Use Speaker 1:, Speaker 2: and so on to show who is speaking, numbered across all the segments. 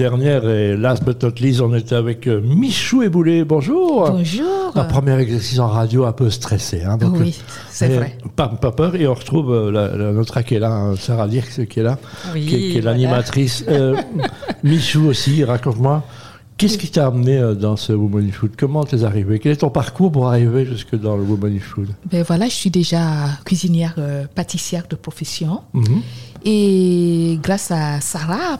Speaker 1: Dernière et last but not least, on était avec euh, Michou Eboulé. Bonjour.
Speaker 2: Bonjour.
Speaker 1: Un premier exercice en radio un peu stressé. hein, donc,
Speaker 2: oui, c'est
Speaker 1: mais
Speaker 2: vrai.
Speaker 1: Pas, pas peur. Et on retrouve euh, la- la- notre Akela, hein, Sarah Dirks, qui est là,
Speaker 2: Oui,
Speaker 1: qui, est- qui est
Speaker 2: voilà.
Speaker 1: l'animatrice. Euh, Michou aussi, raconte-moi. Qu'est-ce qui t'a amené euh, dans ce Woman in Food Comment t'es arrivé Quel est ton parcours pour arriver jusque dans le Woman in Food
Speaker 2: Ben voilà, je suis déjà cuisinière, euh, pâtissière de profession.
Speaker 1: Mhm.
Speaker 2: Et grâce à Sarah,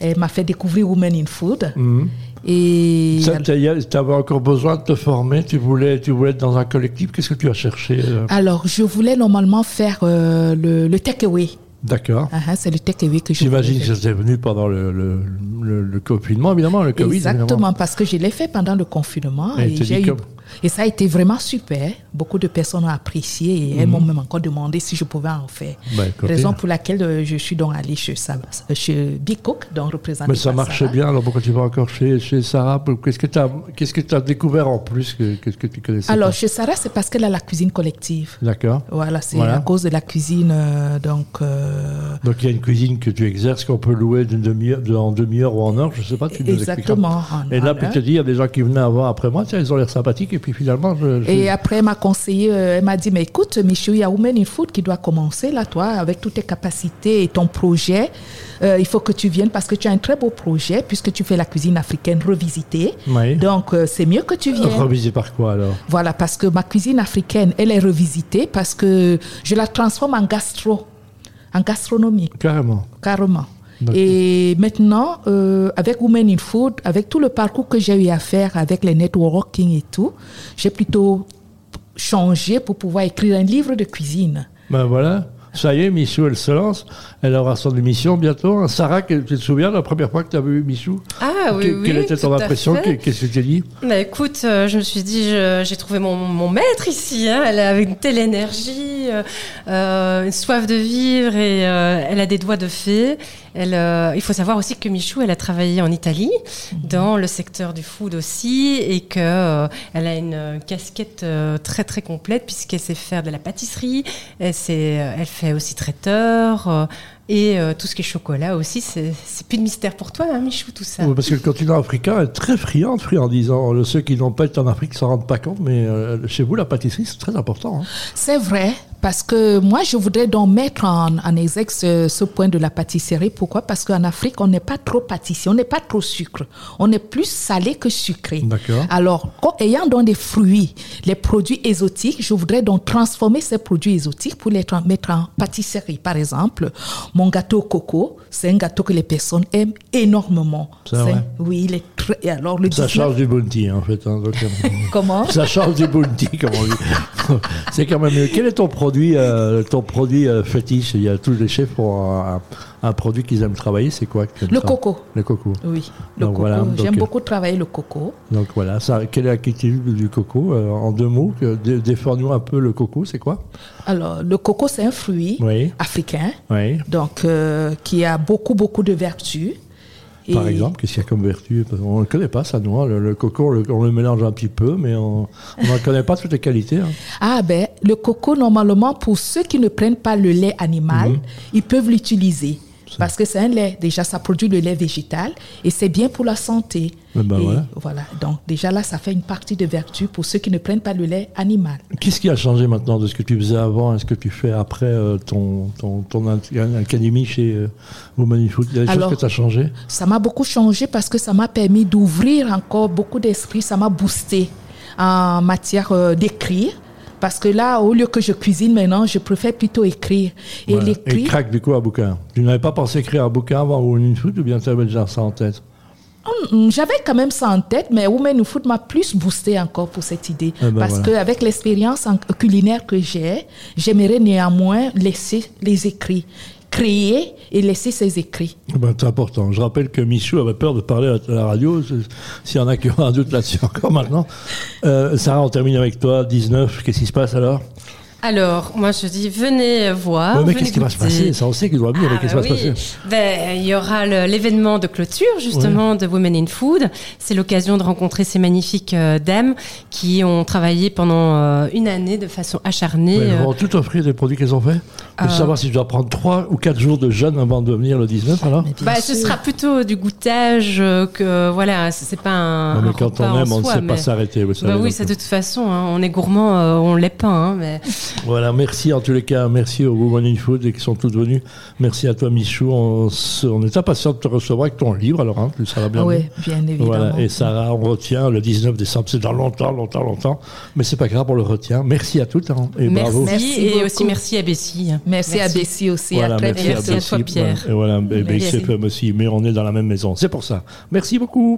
Speaker 2: elle m'a fait découvrir Women in Food.
Speaker 1: Mhm.
Speaker 2: Et
Speaker 1: Ça, t'as- y a- T'avais encore besoin de te former Tu voulais, tu voulais être dans un collectif Qu'est-ce que tu as cherché euh
Speaker 2: alors, je voulais normalement faire euh, le, le takeaway.
Speaker 1: D'accord.
Speaker 2: Ah, ah, c'est le takeaway que je voulais
Speaker 1: J'imagine que
Speaker 2: faire.
Speaker 1: c'était venu pendant le, le- le- le confinement, évidemment, le Covid. évidemment.
Speaker 2: Exactement, parce que je l'ai fait pendant le confinement.
Speaker 1: Et t'es
Speaker 2: j'ai
Speaker 1: dit
Speaker 2: eu-
Speaker 1: que-
Speaker 2: et ça a été vraiment super. Beaucoup de personnes ont apprécié
Speaker 1: Mhm.
Speaker 2: et elles m'ont même encore demandé si je pouvais en faire.
Speaker 1: Bah, écoutez.
Speaker 2: Raison pour laquelle euh, je suis donc allée chez, Sa- chez Big Cook, donc représentée
Speaker 1: Mais ça
Speaker 2: par
Speaker 1: marchait
Speaker 2: Sarah.
Speaker 1: bien, alors pourquoi tu vas encore chez, chez Sarah Pour- Qu'est-ce que tu as, qu'est-ce que t'as découvert en plus que, Qu'est-ce que tu connaissais
Speaker 2: Alors,
Speaker 1: pas
Speaker 2: chez Sarah, c'est parce qu'elle a la cuisine collective.
Speaker 1: D'accord.
Speaker 2: Voilà, c'est
Speaker 1: Voilà.
Speaker 2: à cause de la cuisine, euh, donc... euh,
Speaker 1: Donc il y a une cuisine que tu exerces, qu'on peut louer d'une demi-heure, de- en demi-heure ou en heure, je ne sais pas, tu nous expliqueras.
Speaker 2: Exactement, en-
Speaker 1: Et là,
Speaker 2: en
Speaker 1: puis
Speaker 2: heure.
Speaker 1: tu te dis, il y a des gens qui venaient avant, après moi, tiens, ils ont l'air sympathiques, et puis finalement, je, je-
Speaker 2: Et après, elle m'a conseillé, euh, elle m'a dit, mais écoute, Michou, il y a Women in Food qui doit commencer, là, toi, avec toutes tes capacités et ton projet. Euh, il faut que tu viennes parce que tu as un très beau projet, puisque tu fais la cuisine africaine revisitée.
Speaker 1: Oui.
Speaker 2: Donc, euh, c'est mieux que tu viennes.
Speaker 1: revisé par quoi alors
Speaker 2: Voilà, parce que ma cuisine africaine, elle est revisitée parce que je la transforme en gastro, en gastronomie,
Speaker 1: Carrément.
Speaker 2: carrément.
Speaker 1: D'accord.
Speaker 2: Et maintenant, euh, avec Women in Food, avec tout le parcours que j'ai eu à faire avec les networking et tout, j'ai plutôt changé pour pouvoir écrire un livre de cuisine.
Speaker 1: Ben voilà. Ça y est, Michou, elle se lance. Elle aura son émission bientôt. hein. Sarah, que- tu te souviens la première fois que tu as vu Michou
Speaker 3: Ah oui,
Speaker 1: Que-
Speaker 3: oui.
Speaker 1: Quelle était
Speaker 3: tout
Speaker 1: ton
Speaker 3: à
Speaker 1: impression
Speaker 3: fait.
Speaker 1: Qu'est- Qu'est-ce que tu as dit
Speaker 3: Bah écoute, euh, je me suis dit, je- j'ai trouvé mon, mon maître ici. hein. Elle avait une telle énergie, euh, euh, une soif de vivre et euh, elle a des doigts de fée. Elle, euh, il faut savoir aussi que Michou, elle a travaillé en Italie,
Speaker 1: Mhm.
Speaker 3: dans le secteur du food aussi, et que euh, elle a une euh, casquette euh, très très complète puisqu'elle sait faire de la pâtisserie, elle, sait, euh, elle fait aussi traiteur. euh, et euh, tout ce qui est chocolat aussi, c'est c'est plus de mystère pour toi, hein, Michou, tout ça.
Speaker 1: Oui, Parce que le continent africain est très friand de friandises. hein. Le- Ceux qui n'ont pas été en Afrique s'en rendent pas compte, mais euh, chez vous, la pâtisserie, c'est très important. hein.
Speaker 2: C'est vrai, parce que moi, je voudrais donc mettre en, en exergue ce, ce point de la pâtisserie. Pourquoi Parce qu'en Afrique, on n'est pas trop pâtissier, on n'est pas trop sucre. On est plus salé que sucré.
Speaker 1: D'accord.
Speaker 2: Alors, qu'en- ayant donc des fruits, les produits exotiques, je voudrais donc transformer ces produits exotiques pour les tra- mettre en pâtisserie. Par exemple, mon gâteau au coco, c'est un gâteau que les personnes aiment énormément.
Speaker 1: C'est vrai.
Speaker 2: Oui, il est très... et alors, le
Speaker 1: Ça
Speaker 2: 19
Speaker 1: change du bounty, hein, en fait. hein. Donc, euh,
Speaker 2: Comment
Speaker 1: ça change du bounty, comme on dit. c'est quand même mieux. Quel est ton produit, euh, ton produit euh, fétiche Il y a tous les chefs pour un, un produit qu'ils aiment travailler. C'est quoi que tu aimes
Speaker 2: Le
Speaker 1: tra-
Speaker 2: coco.
Speaker 1: Le coco.
Speaker 2: Oui, le
Speaker 1: Donc
Speaker 2: coco.
Speaker 1: voilà, donc,
Speaker 2: J'aime
Speaker 1: euh,
Speaker 2: beaucoup travailler le coco.
Speaker 1: Donc voilà, ça, quelle est l'activité du coco euh, En deux mots, que- dé- défends-nous un peu le coco, c'est quoi
Speaker 2: Alors, le coco, c'est un fruit
Speaker 1: Oui.
Speaker 2: africain,
Speaker 1: Oui.
Speaker 2: donc euh, qui a beaucoup, beaucoup de vertus.
Speaker 1: Par
Speaker 2: Et-
Speaker 1: exemple, qu'est-ce qu'il y a comme vertu Parce qu'on On ne connaît pas ça, nous. hein. Le, le coco, on le, on le mélange un petit peu, mais on on n'en connaît pas toutes les qualités. hein.
Speaker 2: Ah ben, le coco, normalement, pour ceux qui ne prennent pas le lait animal,
Speaker 1: Mhm.
Speaker 2: ils peuvent l'utiliser. Parce que c'est un lait, déjà, ça produit le lait végétal et c'est bien pour la santé.
Speaker 1: Eh ben,
Speaker 2: Et
Speaker 1: voilà.
Speaker 2: donc déjà là, ça fait une partie de vertu pour ceux qui ne prennent pas le lait animal.
Speaker 1: Qu'est-ce qui a changé maintenant de ce que tu faisais avant et ce que tu fais après euh, ton, ton, ton in- académie chez euh, Women in Food Il y a des
Speaker 2: Alors-
Speaker 1: choses que tu as changées
Speaker 2: Ça m'a beaucoup changé parce que ça m'a permis d'ouvrir encore beaucoup d'esprits, ça m'a boosté en matière euh, d'écrire. Parce que là, au lieu que je cuisine maintenant, je préfère plutôt écrire. Et
Speaker 1: Voilà. Et
Speaker 2: l'écrire,
Speaker 1: craque du coup un bouquin. Tu n'avais pas pensé écrire un bouquin avant Women in Food ou bien tu avais déjà ça en tête
Speaker 2: Mm, J'avais quand même ça en tête, mais Women in Food m'a plus boosté encore pour cette idée.
Speaker 1: Eh ben
Speaker 2: parce
Speaker 1: voilà.
Speaker 2: qu'avec l'expérience en- euh, culinaire que j'ai, j'aimerais néanmoins laisser les écrits, créer et laisser ces écrits.
Speaker 1: Eh Ben, c'est important. Je rappelle que Michou avait peur de parler à la radio. C'est- S'il y en a qui ont un doute là-dessus encore maintenant. Euh, Sarah, on termine avec toi. 19, qu'est-ce qui se passe alors
Speaker 3: Alors, moi je dis, venez voir.
Speaker 1: Ouais, Mais
Speaker 3: venez
Speaker 1: qu'est-ce qui va se
Speaker 3: goûter.
Speaker 1: passer Ça, on sait qu'il doit bien, mais
Speaker 3: Ah,
Speaker 1: qu'est-ce qui
Speaker 3: bah
Speaker 1: va se passer
Speaker 3: oui. Ben, Il y aura le- l'événement de clôture, justement, de Women in Food. C'est l'occasion de rencontrer ces magnifiques euh, dames qui ont travaillé pendant euh, une année de façon acharnée.
Speaker 1: Mais Elles
Speaker 3: euh, Ah.
Speaker 1: vont tout offrir des produits qu'elles ont faits Je veux savoir si je dois prendre 3 ou 4 jours de jeûne avant de venir le 19 alors
Speaker 2: Mais bien
Speaker 3: Bah, ce
Speaker 2: sûr.
Speaker 3: sera plutôt du goûtage euh, que voilà, c'est c'est pas un.
Speaker 1: Non, mais
Speaker 3: un
Speaker 1: quand
Speaker 3: repas
Speaker 1: on
Speaker 3: en
Speaker 1: aime, on ne
Speaker 3: soi,
Speaker 1: sait
Speaker 3: mais-
Speaker 1: pas s'arrêter. vous savez,
Speaker 3: Bah oui,
Speaker 1: donc, euh,
Speaker 3: ça de toute façon, hein, on est gourmand, euh, on l'est pas. hein, mais...
Speaker 1: Voilà, merci en tous les cas, merci aux Women in Food et qui sont toutes venues. Merci à toi Michou, on, se- on est impatient de te recevoir avec ton livre, alors hein, tu
Speaker 3: Ah
Speaker 1: seras bien.
Speaker 2: Oui, bien évidemment.
Speaker 1: Voilà, et Sarah, on retient le 19 décembre, c'est dans longtemps, longtemps, longtemps, mais c'est pas grave, on le retient. Merci à toutes hein, et
Speaker 3: merci.
Speaker 1: bravo.
Speaker 2: Merci
Speaker 3: et
Speaker 2: beaucoup.
Speaker 3: aussi merci à Bessie.
Speaker 2: Merci, à Bessie aussi, à très
Speaker 3: merci à
Speaker 2: bientôt.
Speaker 3: toi,
Speaker 1: Bessie,
Speaker 3: Pierre.
Speaker 1: Et voilà, et- et
Speaker 3: Merci.
Speaker 1: XFM aussi, mais on est dans la même maison, c'est pour ça. Merci beaucoup.